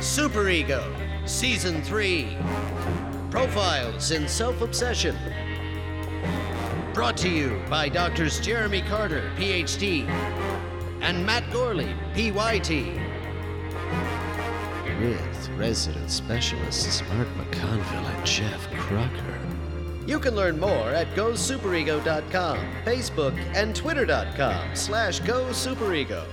Super Ego, Season 3 Profiles in Self Obsession. Brought to you by Doctors Jeremy Carter, PhD, and Matt Gorley, PYT. With resident specialists Mark McConville and Jeff Crocker. You can learn more at gosuperego.com, Facebook, and twitter.com slash gosuperego.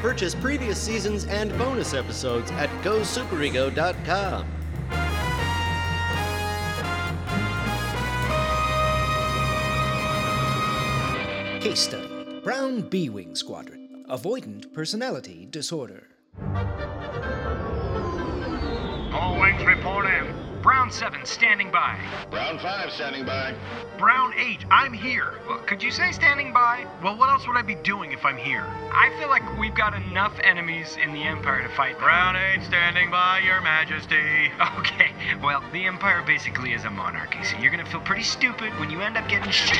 Purchase previous seasons and bonus episodes at gosuperego.com. Case study Brown B Wing Squadron Avoidant Personality Disorder. All wings report in. Brown 7 standing by. Brown 5 standing by. Brown 8, I'm here. Well, could you say standing by? Well, what else would I be doing if I'm here? I feel like we've got enough enemies in the Empire to fight them. Brown 8 standing by, Your Majesty. Okay, well, the Empire basically is a monarchy, so you're gonna feel pretty stupid when you end up getting shit.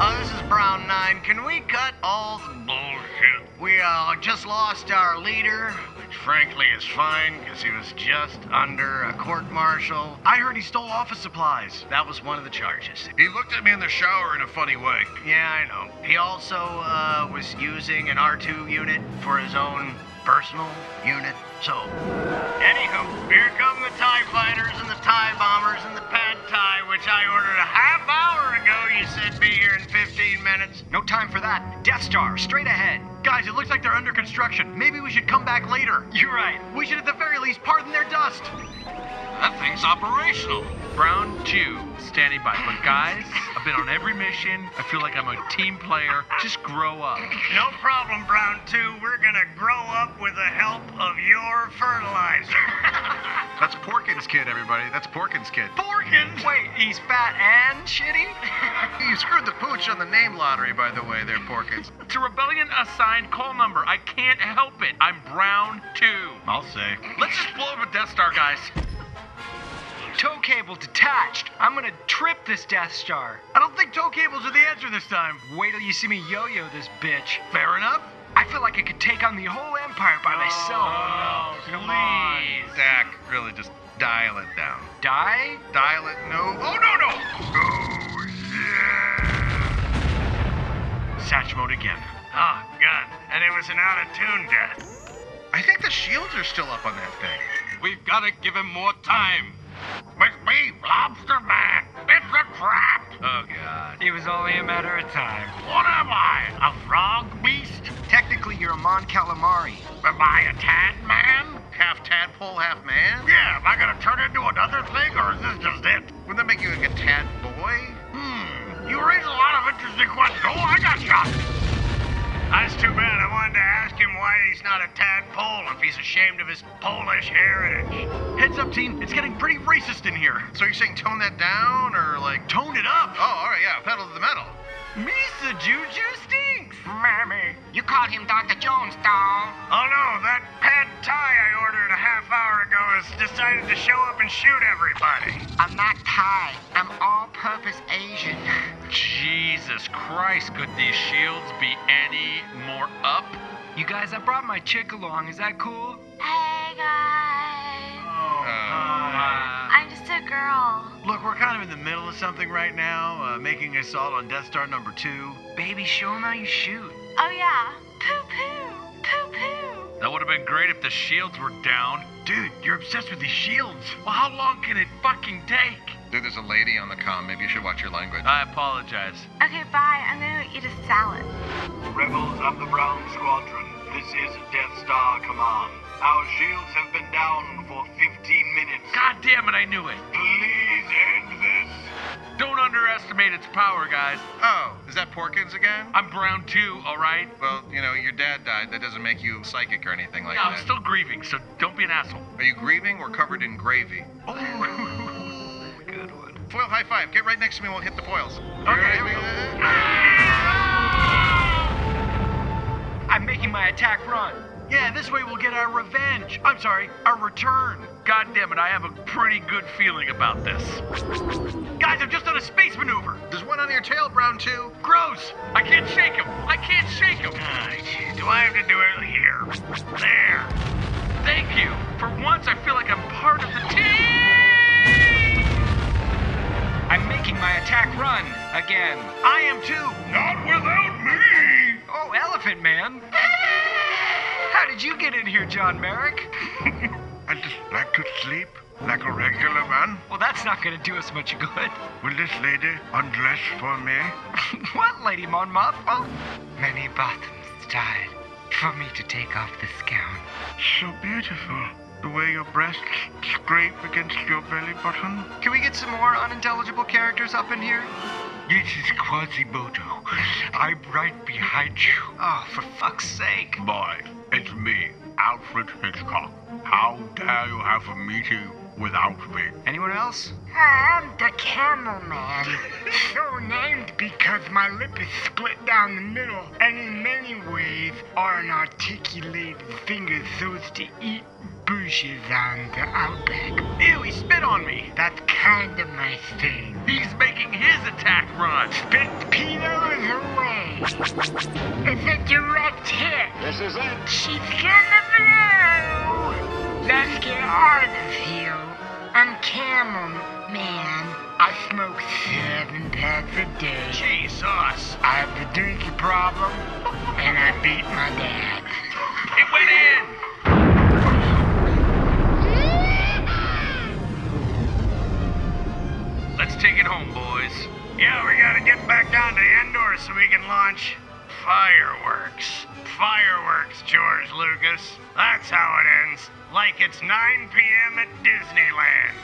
Uh, this is Brown 9. Can we cut all the bullshit? We uh, just lost our leader, which frankly is fine because he was just under a court martial. I heard he stole office supplies. That was one of the charges. He looked at me in the shower in a funny way. Yeah, I know. He also uh, was using an R2 unit for his own personal unit. So, anywho, here come the TIE fighters and the TIE bombers and the pad TIE, which I ordered a half hour ago. You said be here in 15 minutes. No time for that. Death Star, straight ahead. Guys, it looks like they're under construction. Maybe we should come back later. You're right. We should at the very least pardon their dust. That thing's operational. Brown Jew, standing by. But guys, I've been on every mission. I feel like I'm a team player. Just grow up. No problem, Brown 2. We're gonna grow up with the help of your fertilizer. That's Porkins Kid, everybody. That's Porkins Kid. Porkins? Wait, he's fat and shitty? You screwed the pooch on the name lottery, by the way, there, Porkins. It's a rebellion assigned call number. I can't help it. I'm Brown 2. I'll say. Let's just blow up a Death Star, guys. Tow cable detached. I'm gonna trip this Death Star. I don't think tow cables are the answer this time. Wait till you see me yo-yo this bitch. Fair enough. I feel like I could take on the whole empire by myself. Oh, no, come on. Please. Zach, really just dial it down. Die? Dial it, no. Oh, no, no! Oh, yeah! Satch mode again. Oh, God. And it was an out of tune death. I think the shields are still up on that thing. We've gotta give him more time. With me, Lobster Man! It's a trap! Oh, God. It was only a matter of time. What am I? A frog beast? Technically, you're a Mon Calamari. Am I a tad man? Half tadpole, half man? Yeah, am I gonna turn into another thing, or is this just it? Wouldn't that make you like a tad boy? Hmm. You raise a lot of interesting questions. Oh, I got shot! That's too bad. I wanted to ask him why he's not a tadpole if he's ashamed of his Polish heritage. Heads up, team. It's getting pretty racist in here. So you're saying tone that down or like. Tone it up? Oh, alright, yeah. Pedal to the metal. Misa Juju stinks! Mammy. You called him Dr. Jones, doll. Oh no, that pad tie I ordered a half hour ago has decided to show up and shoot everybody. I'm not Thai. I'm all purpose Asian. Jesus Christ, could these shields be any more up? You guys, I brought my chick along. Is that cool? Hey, guys. Oh, Oh. Uh, I'm just a girl. Look, we're kind of in the middle of something right now, uh, making assault on Death Star number two. Baby, show him how you shoot. Oh, yeah. Poo poo. Poo poo. That would have been great if the shields were down. Dude, you're obsessed with these shields. Well, how long can it fucking take? Dude, there's a lady on the comm. Maybe you should watch your language. I apologize. Okay, bye. I'm gonna go eat a salad. Rebels of the Brown Squadron, this is Death Star Command. Our shields have been down for 15 minutes. God damn it, I knew it. Please end this. Don't underestimate its power, guys. Oh, is that Porkins again? I'm Brown too, alright? Well, you know, your dad died. That doesn't make you psychic or anything like I'm that. still grieving, so don't be an asshole. Are you grieving? We're covered in gravy. Oh, good one. Foil high five. Get right next to me. We'll hit the foils. Okay, here we go. I'm making my attack run. Yeah, this way we'll get our revenge. I'm sorry, our return. God damn it, I have a pretty good feeling about this. Guys, I've just done a space maneuver. There's one on your tail, Brown too. Gross! I can't shake him! I can't shake him! Ah, shit, do I have to do it here? part of the team! I'm making my attack run again. I am too. Not without me! Oh, Elephant Man. How did you get in here, John Merrick? I just like to sleep like a regular man. Well, that's not going to do us much good. Will this lady undress for me? what, Lady Monmouth? Oh, Many Bothams died for me to take off this gown. So beautiful. The way your breasts scrape against your belly button. Can we get some more unintelligible characters up in here? This is Quasimodo. I'm right behind you. Oh, for fuck's sake. Boy, it's me, Alfred Hitchcock. How dare you have a meeting without me? Anyone else? I'm the camel man. so named because my lip is split down the middle and in many ways are an articulated finger used to eat bushes on the outback. Ew, he spit on me. That's kind of my thing. He's making his attack run. Spit Pino is away. It's a direct hit. This is it. She's gonna blow! Let's get out of here. I'm Camel Man. I smoke seven packs a day. Jesus. I have a drinking problem, and I beat my dad. It went in. Let's take it home, boys. Yeah, we gotta get back down to Endor so we can launch fireworks. Fireworks, George Lucas. That's how it ends. Like it's 9 p.m. at Disneyland.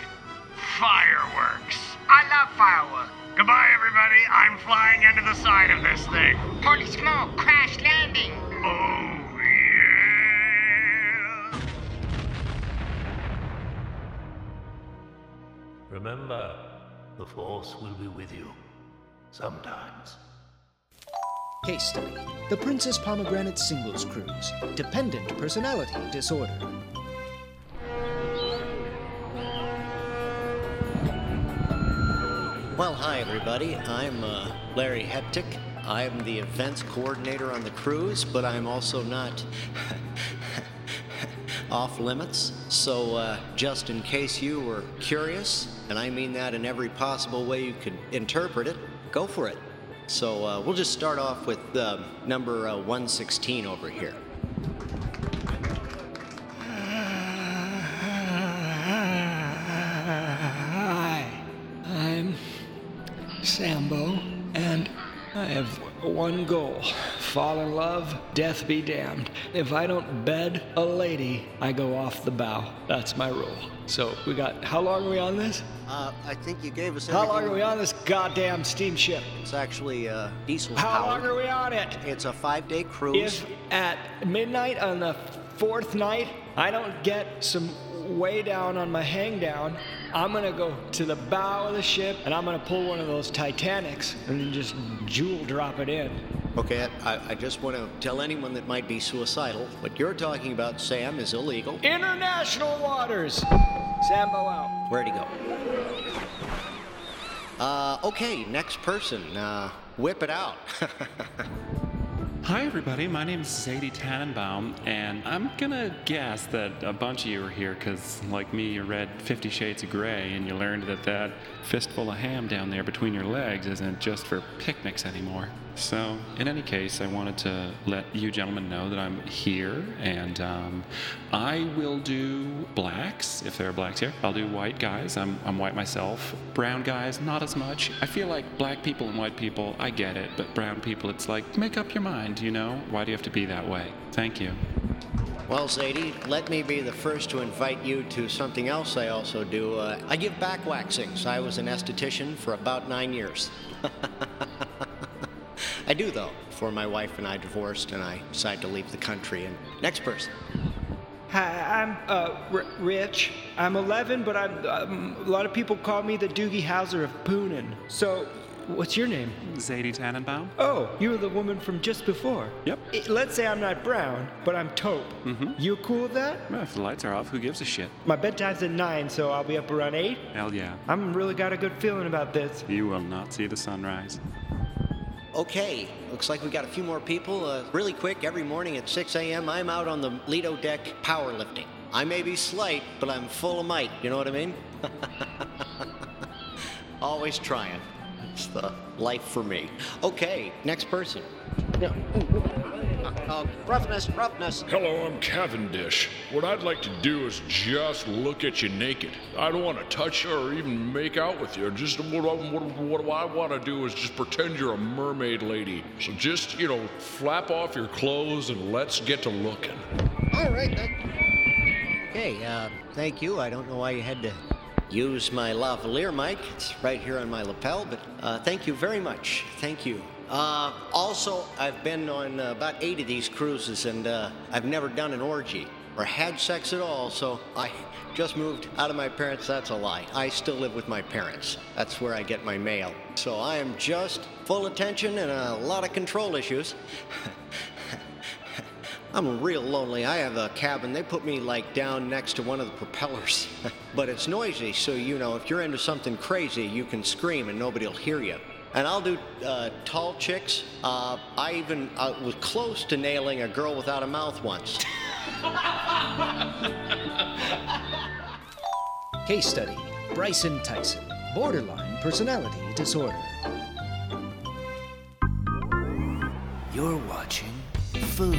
Fireworks. I love fireworks. Goodbye, everybody. I'm flying into the side of this thing. Holy smoke, crash landing. Oh, yeah. Remember, the Force will be with you. Sometimes. Case study The Princess Pomegranate Singles Cruise Dependent Personality Disorder. Well, hi everybody. I'm uh, Larry Heptic. I'm the events coordinator on the cruise, but I'm also not off limits. So, uh, just in case you were curious, and I mean that in every possible way you could interpret it, go for it. So, uh, we'll just start off with um, number uh, 116 over here. Hi, I'm Sambo, and I have one goal fall in love, death be damned. If I don't bed a lady, I go off the bow. That's my rule. So we got, how long are we on this? Uh, I think you gave us. How long everything- are we on this goddamn steamship? It's actually uh, diesel How long powered. are we on it? It's a five-day cruise. If at midnight on the fourth night I don't get some way down on my hang down, I'm gonna go to the bow of the ship and I'm gonna pull one of those Titanics and then just jewel drop it in. Okay, I, I just want to tell anyone that might be suicidal. What you're talking about, Sam, is illegal. International waters! Sambo out. Where'd he go? Uh, okay, next person. Uh, whip it out. Hi, everybody. My name's Zadie Tannenbaum, and I'm gonna guess that a bunch of you are here because, like me, you read Fifty Shades of Grey and you learned that that fistful of ham down there between your legs isn't just for picnics anymore. So, in any case, I wanted to let you gentlemen know that I'm here, and um, I will do blacks if there are blacks here. I'll do white guys. I'm, I'm white myself. Brown guys, not as much. I feel like black people and white people, I get it, but brown people, it's like, make up your mind, you know? Why do you have to be that way? Thank you. well, Zadie, let me be the first to invite you to something else I also do. Uh, I give back waxings. I was an esthetician for about nine years. I do, though. Before my wife and I divorced, and I decided to leave the country. And next person. Hi, I'm uh, R- Rich. I'm 11, but I'm, um, a lot of people call me the Doogie Howser of Poonin. So, what's your name? Zadie Tannenbaum? Oh, you were the woman from just before. Yep. I- let's say I'm not brown, but I'm taupe. Mm-hmm. You cool with that? Well, if the lights are off, who gives a shit? My bedtime's at 9, so I'll be up around 8. Hell yeah. I'm really got a good feeling about this. You will not see the sunrise. Okay, looks like we got a few more people. Uh, really quick, every morning at 6 a.m., I'm out on the Lido deck powerlifting. I may be slight, but I'm full of might. You know what I mean? Always trying. It's the life for me. Okay, next person. No. Oh, roughness, roughness. Hello, I'm Cavendish. What I'd like to do is just look at you naked. I don't want to touch you or even make out with you. Just what, I- what, what I want to do is just pretend you're a mermaid lady. So just, you know, flap off your clothes and let's get to looking. All right. That... Okay, uh, thank you. I don't know why you had to use my lavalier mic. It's right here on my lapel, but uh, thank you very much. Thank you. Uh, also, I've been on uh, about eight of these cruises, and uh, I've never done an orgy or had sex at all, so I just moved out of my parents. That's a lie. I still live with my parents. That's where I get my mail. So I am just full attention and a lot of control issues. I'm real lonely. I have a cabin. They put me like down next to one of the propellers. but it's noisy, so you know, if you're into something crazy, you can scream and nobody'll hear you. And I'll do uh, tall chicks. Uh, I even uh, was close to nailing a girl without a mouth once. Case study Bryson Tyson, borderline personality disorder. You're watching Food.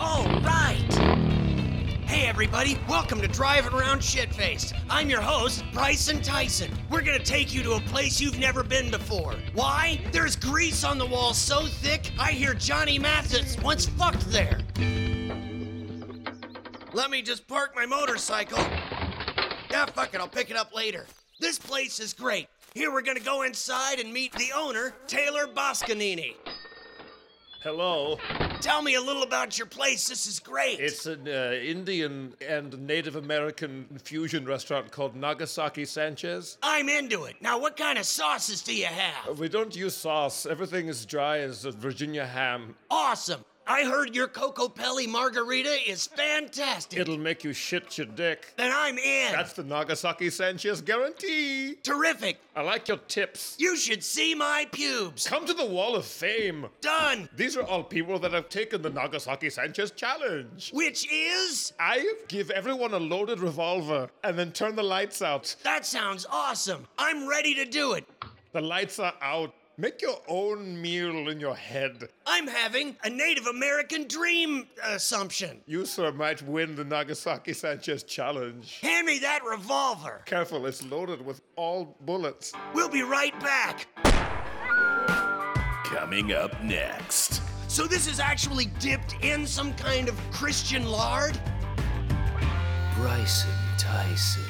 All right! Hey, everybody, welcome to Driving Around Shitface. I'm your host, Bryson Tyson. We're gonna take you to a place you've never been before. Why? There's grease on the wall so thick, I hear Johnny Mathis once fucked there. Let me just park my motorcycle. Yeah, fuck it, I'll pick it up later. This place is great. Here we're gonna go inside and meet the owner, Taylor Boscanini. Hello. Tell me a little about your place. This is great. It's an uh, Indian and Native American fusion restaurant called Nagasaki Sanchez. I'm into it. Now, what kind of sauces do you have? Uh, We don't use sauce. Everything is dry as uh, Virginia ham. Awesome. I heard your Coco Pelli margarita is fantastic. It'll make you shit your dick. Then I'm in. That's the Nagasaki Sanchez guarantee. Terrific. I like your tips. You should see my pubes. Come to the Wall of Fame. Done. These are all people that have taken the Nagasaki Sanchez challenge. Which is? I give everyone a loaded revolver and then turn the lights out. That sounds awesome. I'm ready to do it. The lights are out. Make your own meal in your head. I'm having a Native American dream assumption. You, sir, might win the Nagasaki Sanchez challenge. Hand me that revolver. Careful, it's loaded with all bullets. We'll be right back. Coming up next. So, this is actually dipped in some kind of Christian lard? Bryson Tyson.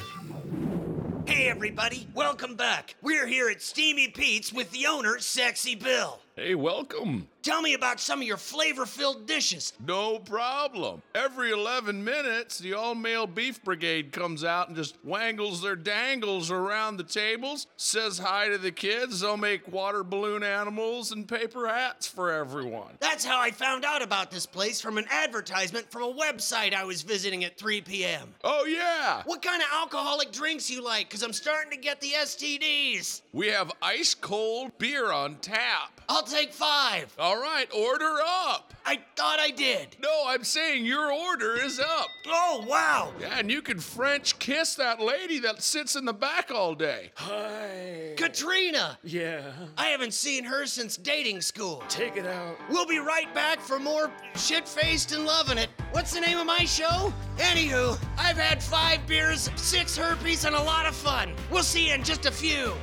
Hey, everybody. Welcome back. We're here at Steamy Pete's with the owner, Sexy Bill. Hey, welcome. Tell me about some of your flavor filled dishes. No problem. Every 11 minutes, the all male beef brigade comes out and just wangles their dangles around the tables, says hi to the kids. They'll make water balloon animals and paper hats for everyone. That's how I found out about this place from an advertisement from a website I was visiting at 3 p.m. Oh, yeah. What kind of alcoholic drinks you like? Because I'm starting to get the STDs. We have ice cold beer on tap. I'll take five. All right, order up. I thought I did. No, I'm saying your order is up. Oh, wow. Yeah, and you can French kiss that lady that sits in the back all day. Hi. Katrina! Yeah. I haven't seen her since dating school. Take it out. We'll be right back for more shit faced and loving it. What's the name of my show? Anywho, I've had five beers, six herpes, and a lot of fun. We'll see you in just a few.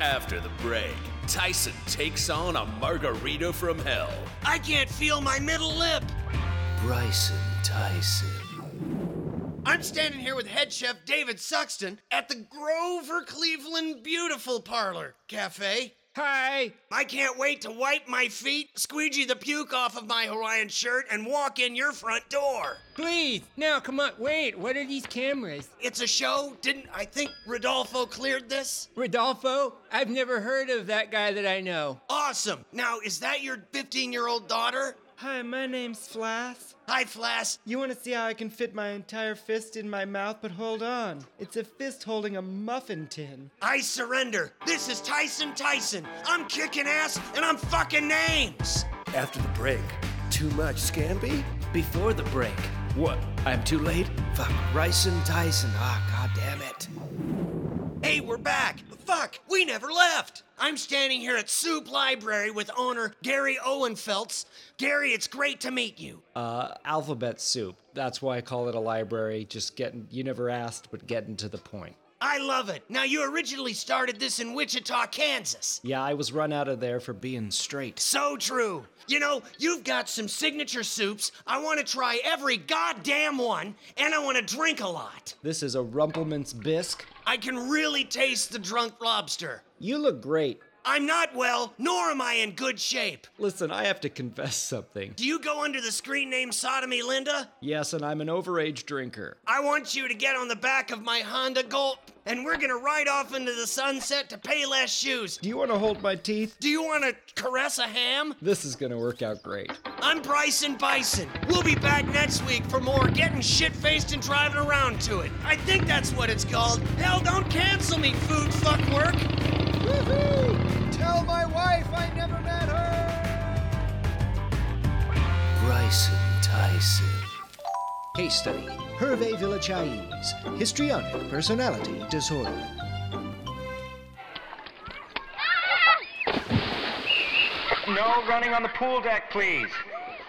After the break, Tyson takes on a margarita from hell. I can't feel my middle lip. Bryson Tyson. I'm standing here with head chef David Suxton at the Grover Cleveland Beautiful Parlor Cafe. Hi. I can't wait to wipe my feet, squeegee the puke off of my Hawaiian shirt, and walk in your front door. Please, now come on. Wait, what are these cameras? It's a show. Didn't I think Rodolfo cleared this? Rodolfo? I've never heard of that guy that I know. Awesome. Now, is that your 15 year old daughter? Hi, my name's Flass. Hi, Flass. You want to see how I can fit my entire fist in my mouth? But hold on. It's a fist holding a muffin tin. I surrender. This is Tyson Tyson. I'm kicking ass and I'm fucking names. After the break, too much scampi? Before the break, What? I'm too late? Fuck, Rice and Tyson. Ah, god damn it. Hey, we're back! Fuck, we never left! I'm standing here at Soup Library with owner Gary Owenfeltz. Gary, it's great to meet you. Uh, alphabet soup. That's why I call it a library. Just getting, you never asked, but getting to the point. I love it. Now, you originally started this in Wichita, Kansas. Yeah, I was run out of there for being straight. So true. You know, you've got some signature soups. I want to try every goddamn one, and I want to drink a lot. This is a Rumpleman's bisque. I can really taste the drunk lobster. You look great. I'm not well, nor am I in good shape. Listen, I have to confess something. Do you go under the screen name Sodomy Linda? Yes, and I'm an overage drinker. I want you to get on the back of my Honda Gulp, and we're gonna ride off into the sunset to pay less shoes. Do you want to hold my teeth? Do you want to caress a ham? This is gonna work out great. I'm Bryson Bison. We'll be back next week for more getting shit faced and driving around to it. I think that's what it's called. Hell, don't cancel me, food fuck work. Woohoo! Tell my wife I never met her! Bryson Tyson. Case study Hervé Villachais, histrionic personality disorder. No running on the pool deck, please.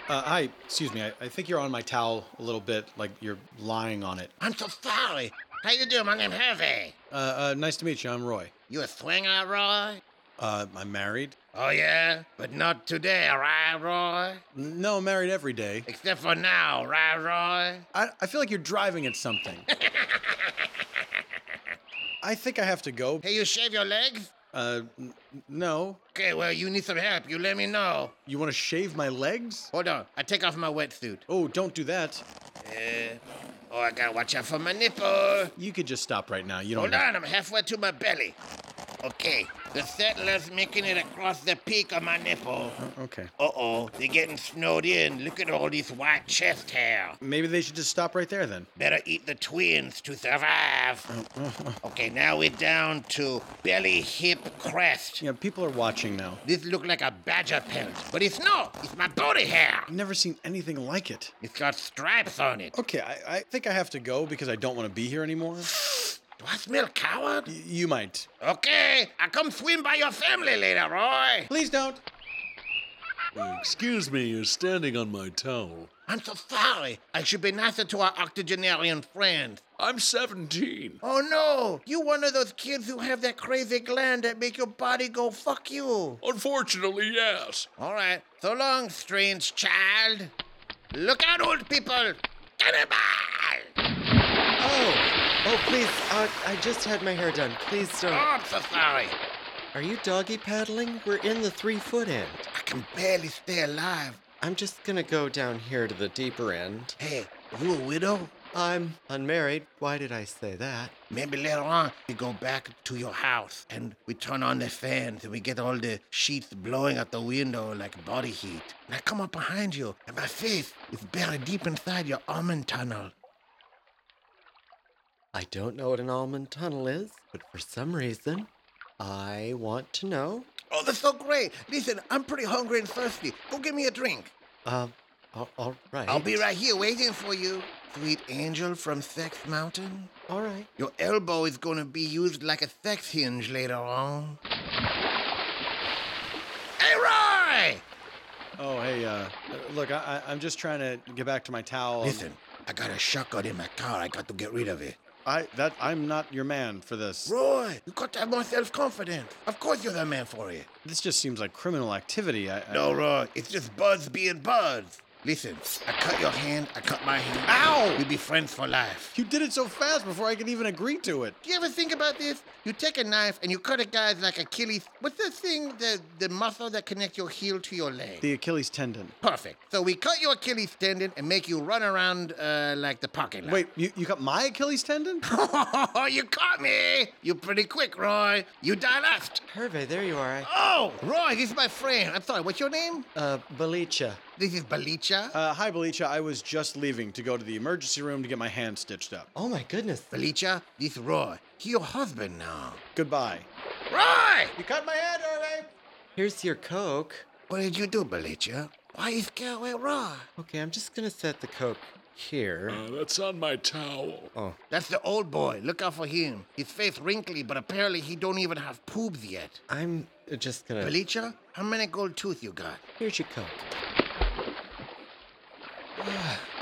Uh, hi, excuse me. I, I think you're on my towel a little bit, like you're lying on it. I'm so sorry. How you doing? My name's Hervé. Uh, uh, nice to meet you. I'm Roy. You a swinger, Roy? Uh, I'm married. Oh, yeah? But not today, right, Roy? No, I'm married every day. Except for now, right, Roy? I, I feel like you're driving at something. I think I have to go. Hey, you shave your legs? Uh, n- no. Okay, well, you need some help. You let me know. You want to shave my legs? Hold on. I take off my wetsuit. Oh, don't do that. Uh, oh, I gotta watch out for my nipple. You could just stop right now. You don't. Hold on, I'm halfway to my belly. Okay, the settlers making it across the peak of my nipple. Uh, okay. Uh oh, they're getting snowed in. Look at all this white chest hair. Maybe they should just stop right there then. Better eat the twins to survive. okay, now we're down to belly hip crest. Yeah, people are watching now. This look like a badger pelt, but it's not. It's my body hair. I've never seen anything like it. It's got stripes on it. Okay, I, I think I have to go because I don't want to be here anymore. Do I smell coward? Y- you might. Okay, I come swim by your family later, Roy. Please don't. Excuse me, you're standing on my towel. I'm so sorry. I should be nicer to our octogenarian friend. I'm 17. Oh no, you one of those kids who have that crazy gland that make your body go fuck you. Unfortunately, yes. All right, so long, strange child. Look out, old people. Cannibal! Oh. Oh, please, uh, I just had my hair done. Please don't. Oh, I'm so sorry. Are you doggy paddling? We're in the three foot end. I can barely stay alive. I'm just gonna go down here to the deeper end. Hey, you a widow? I'm unmarried. Why did I say that? Maybe later on we go back to your house and we turn on the fans and we get all the sheets blowing out the window like body heat. And I come up behind you and my face is buried deep inside your almond tunnel. I don't know what an almond tunnel is, but for some reason, I want to know. Oh, that's so great. Listen, I'm pretty hungry and thirsty. Go get me a drink. Uh, all, all right. I'll be right here waiting for you, sweet angel from Sex Mountain. All right. Your elbow is going to be used like a sex hinge later on. Hey, Roy! Oh, hey, uh, look, I, I, am just trying to get back to my towel. Listen, I got a shotgun in my car. I got to get rid of it. I that I'm not your man for this. Roy, you got to have more self-confidence. Of course you're the man for it. This just seems like criminal activity. I, I... No, Roy, it's just Buzz being Buzz. Listen, I cut your hand, I cut my hand. Ow! We'll be friends for life. You did it so fast before I could even agree to it. Do you ever think about this? You take a knife and you cut a guy's like Achilles. What's the thing, the, the muscle that connects your heel to your leg? The Achilles tendon. Perfect. So we cut your Achilles tendon and make you run around uh, like the parking lot. Wait, you, you cut my Achilles tendon? you caught me! You're pretty quick, Roy. You die left. Hervey, there you are. I... Oh, Roy, this is my friend. I'm sorry, what's your name? Uh, Belicha. This is Belicha. Uh, hi, Belicha. I was just leaving to go to the emergency room to get my hand stitched up. Oh my goodness. Belicha, this Roy. He your husband now. Goodbye. Roy! You cut my hand, Irving! Here's your Coke. What did you do, Belicha? Why you scare away Roy? Okay, I'm just gonna set the Coke here. Uh, that's on my towel. Oh. That's the old boy. Look out for him. His face wrinkly, but apparently he don't even have pubes yet. I'm uh, just gonna. Felicia, how many gold tooth you got? Here's your coat.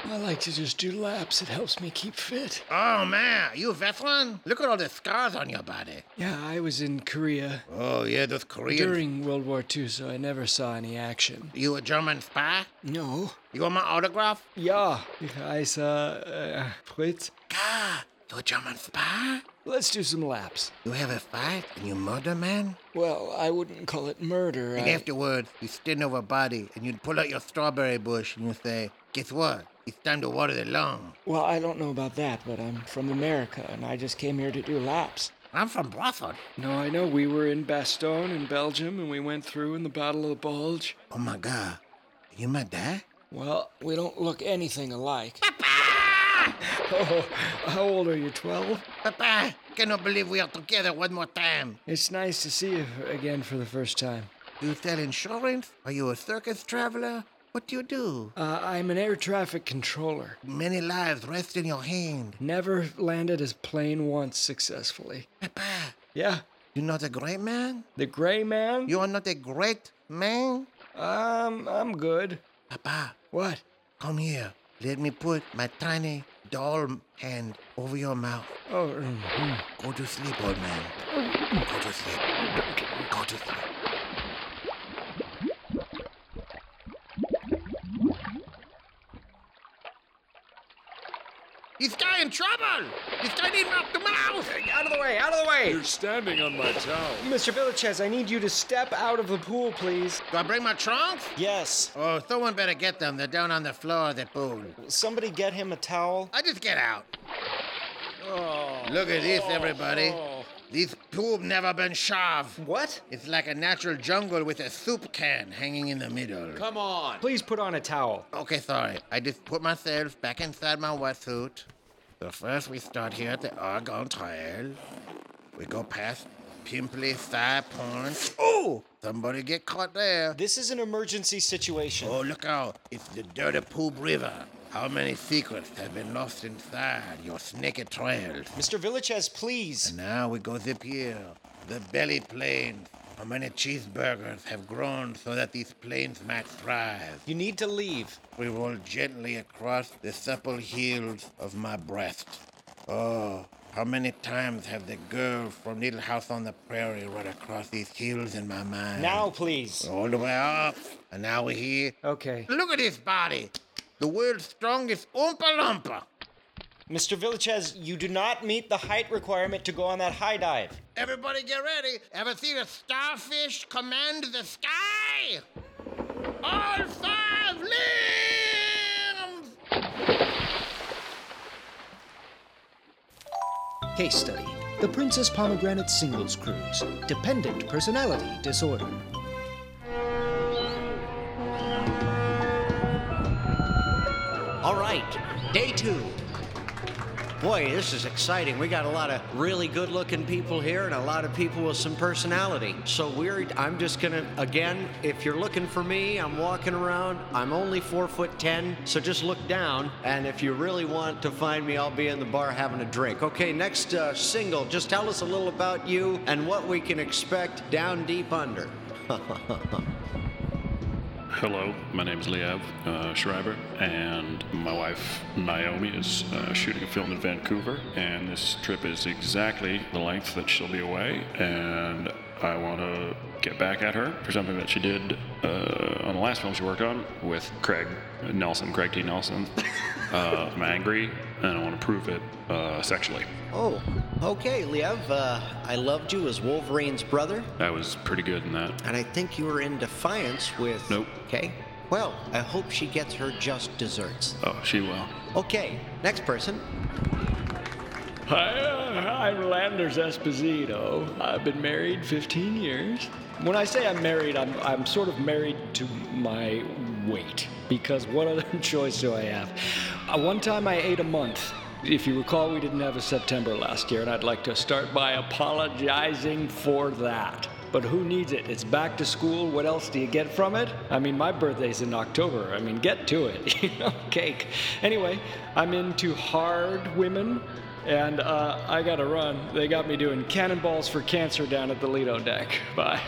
I like to just do laps. It helps me keep fit. Oh man, you a veteran? Look at all the scars on your body. Yeah, I was in Korea. Oh yeah, those Koreans. During World War II, so I never saw any action. You a German spy? No. You want my autograph? Yeah, I saw. Uh, wait. God, you a German spy? Let's do some laps. You have a fight and you murder man? Well, I wouldn't call it murder. And I- afterward, you stand over a body and you'd pull out your strawberry bush and you say, Guess what? It's time to water the lawn. Well, I don't know about that, but I'm from America and I just came here to do laps. I'm from Brothard. No, I know. We were in Bastogne in Belgium and we went through in the Battle of the Bulge. Oh my god. You my dad? Well, we don't look anything alike. Oh, how old are you? 12? Papa, cannot believe we are together one more time. It's nice to see you again for the first time. You sell insurance? Are you a circus traveler? What do you do? Uh, I'm an air traffic controller. Many lives rest in your hand. Never landed a plane once successfully. Yeah. You're not a great man? The gray man? You are not a great man? Um, I'm good. Papa, What? come here. Let me put my tiny doll hand over your mouth. Oh, mm, mm. Go to sleep, old man. Go to sleep. Go to sleep. This guy in trouble! This guy needs mouth to mouth! Out of the way, out of the way! You're standing on my towel. Mr. Villachez, I need you to step out of the pool, please. Do I bring my trunks? Yes. Oh, someone better get them. They're down on the floor of the pool. Somebody get him a towel. I just get out. Oh. Look at this, everybody. This poop never been shoved. What? It's like a natural jungle with a soup can hanging in the middle. Come on. Please put on a towel. Okay, sorry. I just put myself back inside my wetsuit. So first we start here at the Argonne Trail. We go past Pimply Thigh Point. Oh! Somebody get caught there. This is an emergency situation. Oh, look out. It's the Dirty Poop River. How many secrets have been lost inside your snaky trails? Mr. Villachez, please. And now we go zip here. The belly plains. How many cheeseburgers have grown so that these plains might thrive? You need to leave. We roll gently across the supple heels of my breast. Oh, how many times have the girl from Little House on the Prairie run across these heels in my mind? Now, please. All the way up. And now we're here. Okay. Look at this body. The world's strongest Oompa Loompa. Mr. Villachez, you do not meet the height requirement to go on that high dive. Everybody get ready. Ever seen a starfish command the sky? All five limbs! Case study The Princess Pomegranate Singles Cruise Dependent Personality Disorder. All right, day two. Boy, this is exciting. We got a lot of really good looking people here and a lot of people with some personality. So we're I'm just gonna again, if you're looking for me, I'm walking around. I'm only four foot ten, so just look down. And if you really want to find me, I'll be in the bar having a drink. Okay, next uh, single, just tell us a little about you and what we can expect down deep under. Hello, my name is Liev uh, Schreiber, and my wife Naomi is uh, shooting a film in Vancouver, and this trip is exactly the length that she'll be away, and I want to get back at her for something that she did uh, on the last film she worked on with Craig Nelson, Craig T. Nelson. Uh, I'm angry, and I want to prove it uh, sexually. Oh, okay, Liev. Uh, I loved you as Wolverine's brother. I was pretty good in that. And I think you were in Defiance with. Nope. Okay. Well, I hope she gets her just desserts. Oh, she will. Okay, next person. Hi, I'm Landers Esposito. I've been married 15 years. When I say I'm married, I'm, I'm sort of married to my weight because what other choice do I have? Uh, one time I ate a month. If you recall, we didn't have a September last year, and I'd like to start by apologizing for that. But who needs it? It's back to school. What else do you get from it? I mean, my birthday's in October. I mean, get to it. You know, cake. Anyway, I'm into hard women, and uh, I gotta run. They got me doing cannonballs for cancer down at the Lido deck. Bye.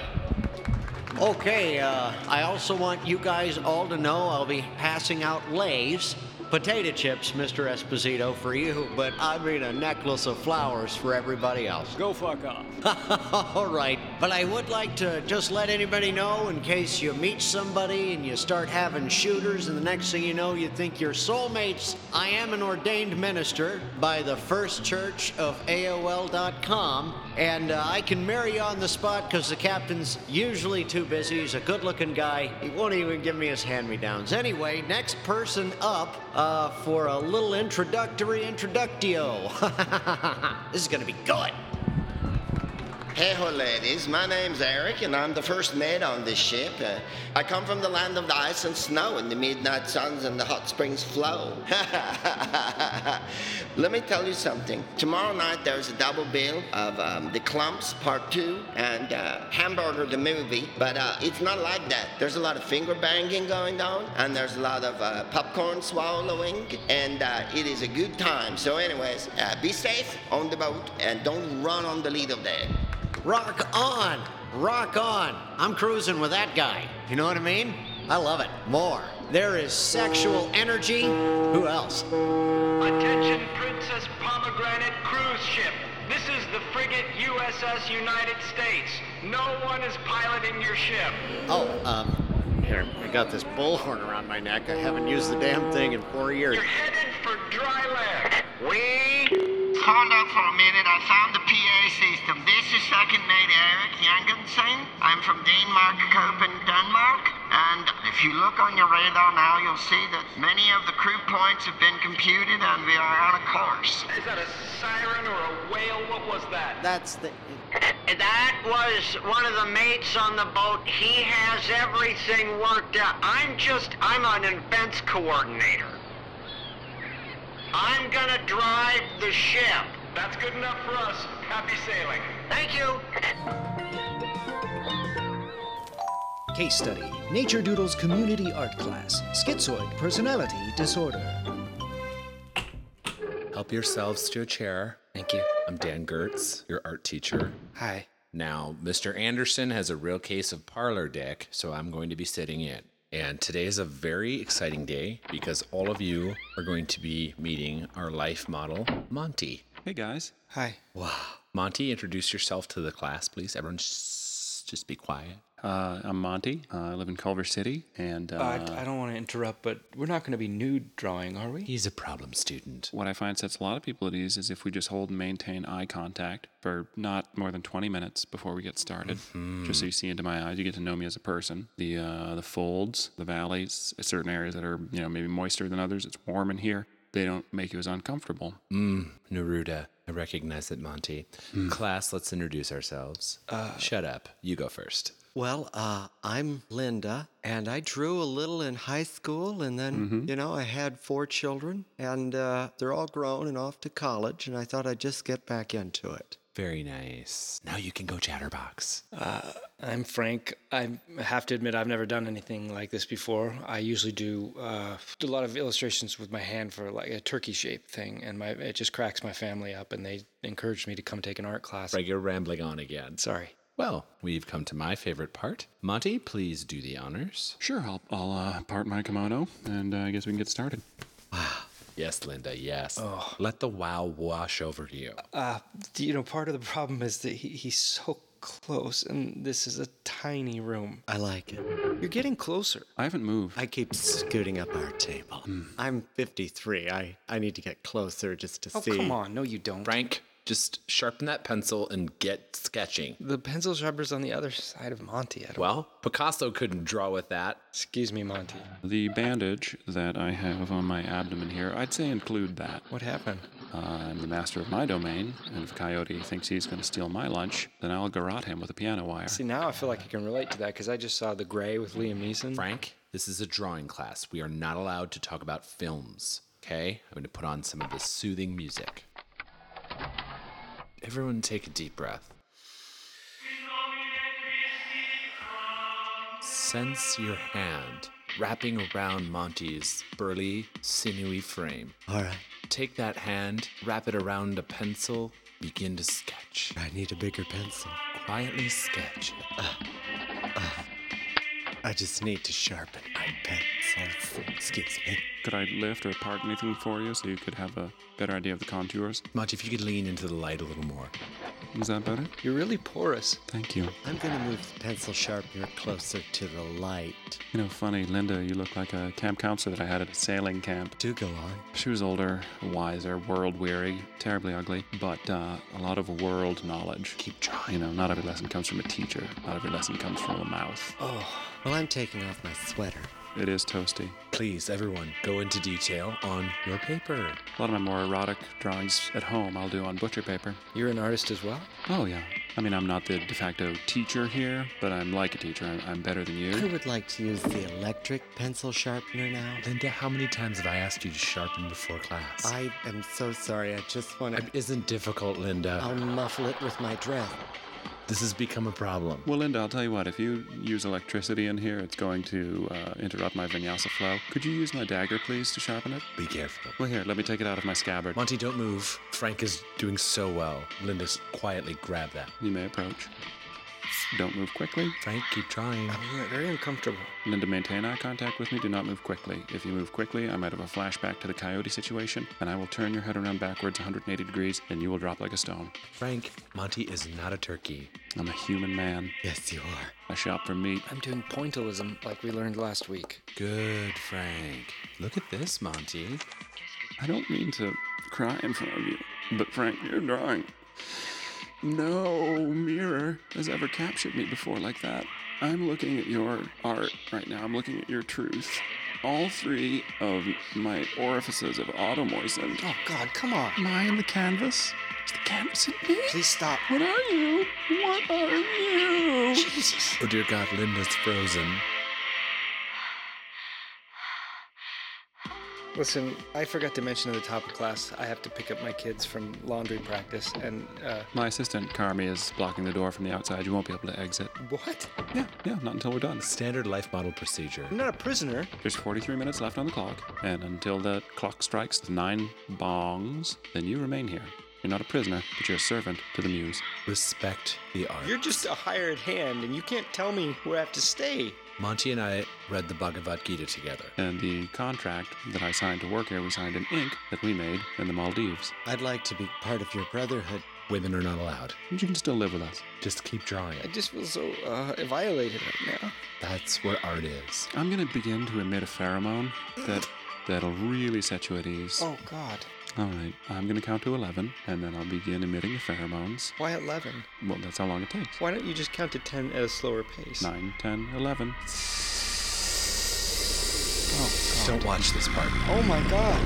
Okay, uh, I also want you guys all to know I'll be passing out Lay's potato chips, Mr. Esposito, for you, but I mean a necklace of flowers for everybody else. Go fuck off. All right, but I would like to just let anybody know in case you meet somebody and you start having shooters, and the next thing you know, you think you're soulmates. I am an ordained minister by the First Church of AOL.com, and uh, I can marry you on the spot because the captain's usually too busy. He's a good looking guy. He won't even give me his hand me downs. Anyway, next person up uh, for a little introductory introductio. this is going to be good. Hey ho, ladies. My name's Eric, and I'm the first mate on this ship. Uh, I come from the land of the ice and snow, and the midnight suns and the hot springs flow. Let me tell you something. Tomorrow night there's a double bill of um, The Clumps Part Two and uh, Hamburger the Movie, but uh, it's not like that. There's a lot of finger banging going on, and there's a lot of uh, popcorn swallowing, and uh, it is a good time. So, anyways, uh, be safe on the boat and don't run on the lead of there. Rock on! Rock on! I'm cruising with that guy. You know what I mean? I love it. More. There is sexual energy. Who else? Attention, Princess Pomegranate cruise ship. This is the frigate USS United States. No one is piloting your ship. Oh, um, here, I got this bullhorn around my neck. I haven't used the damn thing in four years. Headed for dry land. We. Hold up for a minute. I found the PA system. This is second mate Eric Jangensen. I'm from Denmark, Copenhagen, Denmark. And if you look on your radar now, you'll see that many of the crew points have been computed and we are on a course. Is that a siren or a whale? What was that? That's the. That was one of the mates on the boat. He has everything worked out. I'm just, I'm an events coordinator. I'm gonna drive the ship. That's good enough for us. Happy sailing. Thank you. Case study Nature Doodles Community Art Class Schizoid Personality Disorder. Help yourselves to a chair. Thank you. I'm Dan Gertz, your art teacher. Hi. Now, Mr. Anderson has a real case of parlor dick, so I'm going to be sitting in. And today is a very exciting day because all of you are going to be meeting our life model, Monty. Hey guys. Hi. Wow. Monty, introduce yourself to the class, please. Everyone, shh, just be quiet. Uh, I'm Monty. Uh, I live in Culver City, and uh, I, I don't want to interrupt, but we're not going to be nude drawing, are we? He's a problem student. What I find sets a lot of people at ease is if we just hold and maintain eye contact for not more than 20 minutes before we get started. Mm-hmm. Just so you see into my eyes, you get to know me as a person. The uh, the folds, the valleys, certain areas that are you know maybe moister than others. It's warm in here. They don't make you as uncomfortable. Mm, Neruda. I recognize it, Monty. Class, let's introduce ourselves. Shut up. You go first. Well, uh, I'm Linda, and I drew a little in high school, and then, Mm-hmm. you know, I had four children, and uh, they're all grown and off to college, and I thought I'd just get back into it. Very nice. Now you can go chatterbox. Uh, I'm Frank. I have to admit, I've never done anything like this before. I usually do uh, a lot of illustrations with my hand for like a turkey shape thing, and my it just cracks my family up, and they encouraged me to come take an art class. Right, you're rambling on again. Sorry. Well, we've come to my favorite part. Monty, please do the honors. Sure, I'll, I'll uh, part my kimono, and uh, I guess we can get started. Yes, Linda, yes. Oh. Let the wow wash over you. Uh, you know, part of the problem is that he, he's so close, and this is a tiny room. I like it. You're getting closer. I haven't moved. Hmm. I keep scooting up our table. I'm 53. I, I need to get closer just to Oh, see. come on. No, you don't. Frank, just sharpen that pencil and get sketching. The pencil sharpener's on the other side of Monty. I don't Well, Picasso couldn't draw with that. Excuse me, Monty. The bandage that I have on my abdomen here, I'd say include that. What happened? Uh, I'm the master of my domain, and if Coyote thinks he's going to steal my lunch, then I'll garrote him with a piano wire. See, now I feel like I can relate to that because I just saw The Gray with Liam Neeson. Frank, this is a drawing class. We are not allowed to talk about films. Okay? I'm going to put on some of this soothing music. Everyone take a deep breath. sense your hand wrapping around Monty's burly, sinewy frame. All right. Take that hand, wrap it around a pencil, begin to sketch. I need a bigger pencil. Uh, Quietly sketch. I just need to sharpen my pencil. Excuse me. Could I lift or part anything for you so you could have a better idea of the contours? Monty, if you could lean into the light a little more. Is that better? You're really porous. Thank you. I'm going to move the pencil sharpener closer to the light. You know, funny, Linda, you look like a camp counselor that I had at a sailing camp. Do go on. She was older, wiser, world weary, terribly ugly, but uh, a lot of world knowledge. Keep trying. You know, not every lesson comes from a teacher, not every lesson comes from a mouth. Oh, well, I'm taking off my sweater. It is toasty. Please, everyone, go into detail on your paper. A lot of my more erotic drawings at home I'll do on butcher paper. You're an artist as well? Oh, yeah. I mean, I'm not the de facto teacher here, but I'm like a teacher. I'm, I'm better than I you. would like to use the electric pencil sharpener now. Linda, how many times have I asked you to sharpen before class? I am so sorry. I just want to. It isn't difficult, Linda. I'll muffle it with my dress. This has become a problem. Well, Linda, I'll tell you what. If you use electricity in here, it's going to uh, interrupt my vinyasa flow. Could you use my dagger, please, to sharpen it? Be careful. Well, here, let me take it out of my scabbard. Monty, don't move. Frank is doing so well. Linda's quietly grab that. You may approach. Don't move quickly. Frank, keep trying. Very uncomfortable. Linda, maintain eye contact with me. Do not move quickly. If you move quickly, I might have a flashback to the coyote situation, and I will turn your head around backwards 180 degrees, and you will drop like a stone. Frank, Monty is not a turkey. I'm a human man. Yes, you are. I shop for meat. I'm doing pointillism like we learned last week. Good, Frank. Look at this, Monty. I don't mean to cry in front of you, but Frank, you're drawing. No mirror has ever captured me before like that. I'm looking at your art right now. I'm looking at your truth. All three of my orifices of automoison. Oh, God, come on. Am I in the canvas? Is the canvas in me? Please stop. What are you? What are you? Jesus. Oh, dear God, Linda's frozen. Listen, I forgot to mention at the top of class, I have to pick up my kids from laundry practice, and, uh, My assistant, Carmi, is blocking the door from the outside. You won't be able to exit. what? Yeah, yeah, not until we're done. Standard life model procedure. I'm not a prisoner. There's 43 minutes left on the clock, and until the clock strikes nine bongs, then you remain here. You're not a prisoner, but you're a servant to the muse. Respect the art. You're just a hired hand, and you can't tell me where I have to stay. Monty and I read the Bhagavad Gita together. And the contract that I signed to work here, we signed in ink that we made in the Maldives. I'd like to be part of your brotherhood. Women are not allowed. But you can still live with us. Just keep drawing. I just feel so uh, violated right now. That's what art is. I'm gonna begin to emit a pheromone that that'll really set you at ease. Oh, God. All right, I'm gonna count to 11, and then I'll begin emitting the pheromones. Why 11? Well, that's how long it takes. Why don't you just count to 10 at a slower pace? Nine, ten, eleven. Don't watch this part. Oh, my God.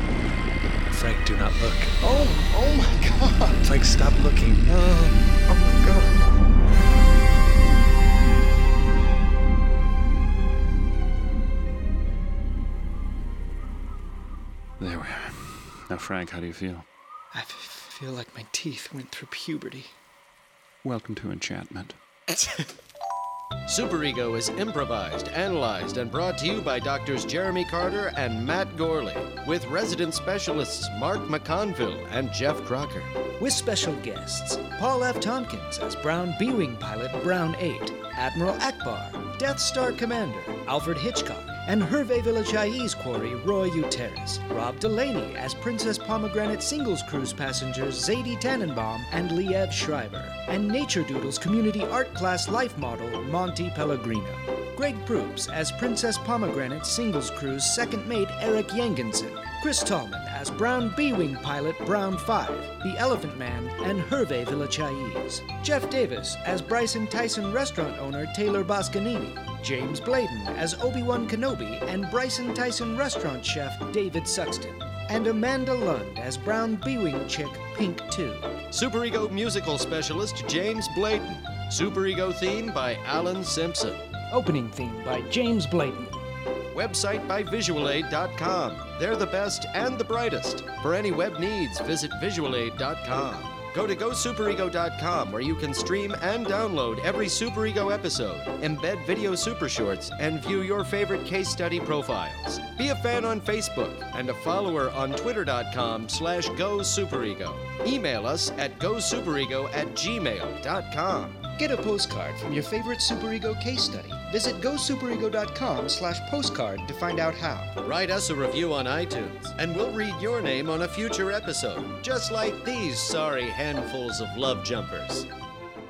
Frank, do not look. Oh, oh my God. Frank, stop looking. Oh, my God. There we are. Now, Frank, how do you feel? I f- feel like my teeth went through puberty. Welcome to enchantment. Superego is improvised, analyzed, and brought to you by doctors Jeremy Carter and Matt Gorley, with resident specialists Mark McConville and Jeff Crocker. with special guests Paul F. Tompkins as Brown B Wing pilot Brown 8, Admiral Akbar, Death Star Commander Alfred Hitchcock, and Hervé Villachai's quarry Roy Uteris, Rob Delaney as Princess Pomegranate Singles Cruise passengers Zadie Tannenbaum and Liev Schreiber, and Nature Doodles Community Art Class life model Monty Pellegrino. Greg Proops as Princess Pomegranate Singles Cruise second mate Eric Yangensen, Chris Tallman as Brown B Wing pilot Brown 5, The Elephant Man, and Hervé Villachais. Jeff Davis as Bryson Tyson restaurant owner Taylor Boscanini. James Bladen as Obi Wan Kenobi and Bryson Tyson restaurant chef David Suxton. And Amanda Lund as Brown B Wing chick Pink 2. Superego musical specialist James Bladen. Superego theme by Alan Simpson. Opening theme by James Bladen. Website by visualaid.com. They're the best and the brightest. For any web needs, visit visualaid.com. Go to gosuperego.com where you can stream and download every Super Ego episode, embed video super shorts, and view your favorite case study profiles. Be a fan on Facebook and a follower on twitter.com slash gosuperego. Email us at gosuperego at gmail.com. Get a postcard from your favorite superego case study. Visit gosuperego.com slash postcard to find out how. Write us a review on iTunes, and we'll read your name on a future episode, just like these sorry handfuls of love jumpers.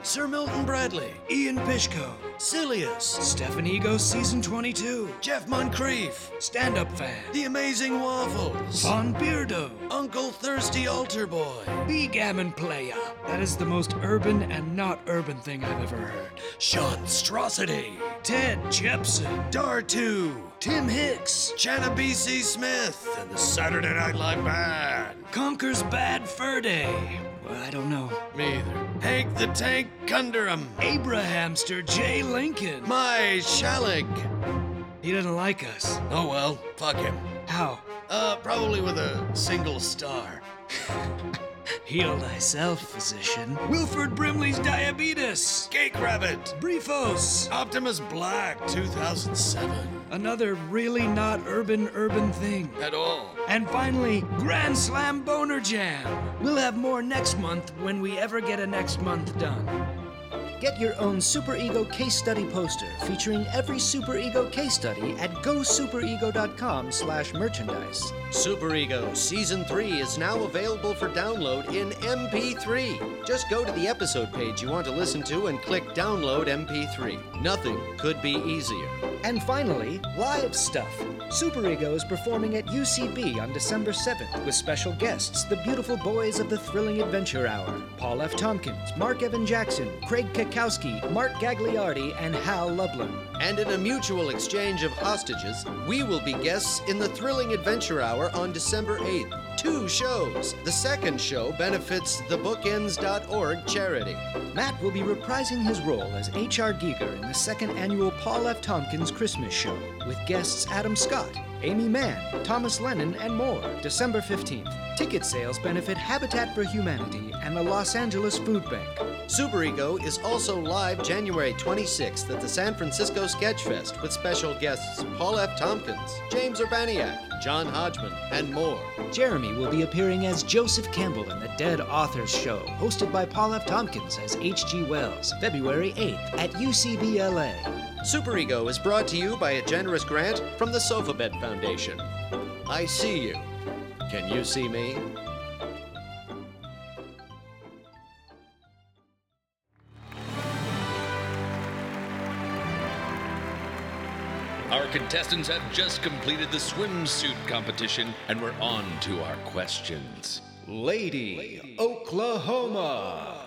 Sir Milton Bradley, Ian Pishko, Silius, Stefan Ego Season 22, Jeff Moncrief, Stand Up Fan, The Amazing Waffles, Von Beardo, Uncle Thirsty Altar Boy, B Gammon Playa. That is the most urban and not urban thing I've ever heard. Monstrosity, Ted Jepson, Dar2, Tim Hicks, Jenna B.C. Smith, and the Saturday Night Live Band. Conquers Bad Fur Day. Well, I don't know. Me either. Hank the Tank Gunderham. Abrahamster J. Lincoln. My Shalek. He didn't like us. Oh well, fuck him. How? Uh, probably with a single star. Heal thyself, physician. Wilford Brimley's Diabetes. Cake Rabbit. Briefos. Optimus Black, 2007. Another really not urban, urban thing. At all. And finally, Grand Slam Boner Jam. We'll have more next month when we ever get a next month done. Get your own Superego case study poster featuring every Superego case study at gosuperego.com slash merchandise. Superego Season 3 is now available for download in MP3. Just go to the episode page you want to listen to and click Download MP3. Nothing could be easier. And finally, live stuff. Superego is performing at UCB on December 7th with special guests, the beautiful boys of the Thrilling Adventure Hour, Paul F. Tompkins, Mark Evan Jackson, Craig Kakowski, Mark Gagliardi, and Hal Lublin. And in a mutual exchange of hostages, we will be guests in the Thrilling Adventure Hour on December 8th. Two shows. The second show benefits the bookends.org charity. Matt will be reprising his role as H.R. Giger in the second annual Paul F. Tompkins Christmas show with guests Adam Scott, Amy Mann, Thomas Lennon, and more, December 15th. Ticket sales benefit Habitat for Humanity and the Los Angeles Food Bank. Superego is also live January 26th at the San Francisco Sketchfest with special guests Paul F. Tompkins, James Urbaniak, John Hodgman, and more. Jeremy will be appearing as Joseph Campbell in the Dead Authors Show, hosted by Paul F. Tompkins as H.G. Wells, February 8th at UCBLA. Superego is brought to you by a generous grant from the SofaBed Foundation. I see you. Can you see me? Our contestants have just completed the swimsuit competition, and we're on to our questions. Lady, Oklahoma.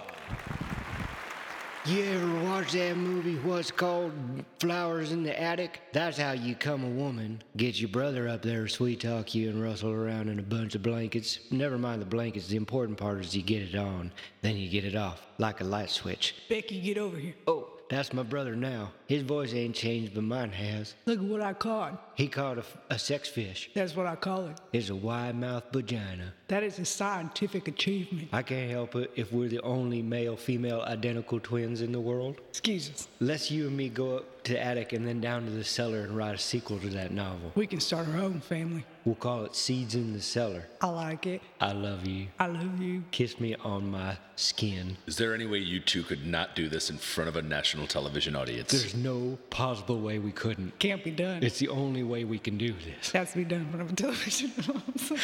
You ever watch that movie, what's called Flowers in the Attic? That's how you come a woman. Get your brother up there, sweet talk you, and rustle around in a bunch of blankets. Never mind the blankets, the important part is you get it on, then you get it off, like a light switch. Becky, get over here. Oh, that's my brother now. His voice ain't changed, but mine has. Look at what I caught. He caught a, f- a sex fish. That's what I call it. It's a wide mouthed vagina. That is a scientific achievement. I can't help it if we're the only male female identical twins in the world. Excuse us. Let's you and me go up to the attic and then down to the cellar and write a sequel to that novel. We can start our own family. We'll call it Seeds in the Cellar. I like it. I love you. I love you. Kiss me on my skin. Is there any way you two could not do this in front of a national television audience? There's no possible way we couldn't. Can't be done. It's the only way we can do this. Has to be done in front of a television.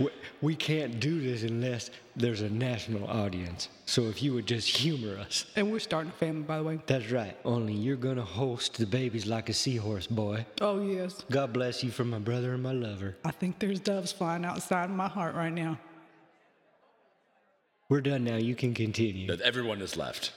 We, we can't do this unless there's a national audience. So if you would just humor us. and we're starting a family, by the way. That's right. Only you're gonna host the babies like a seahorse, boy. Oh, yes. God bless you from my brother and my lover. I think there's doves flying outside my heart right now. We're done now. You can continue. Everyone is left.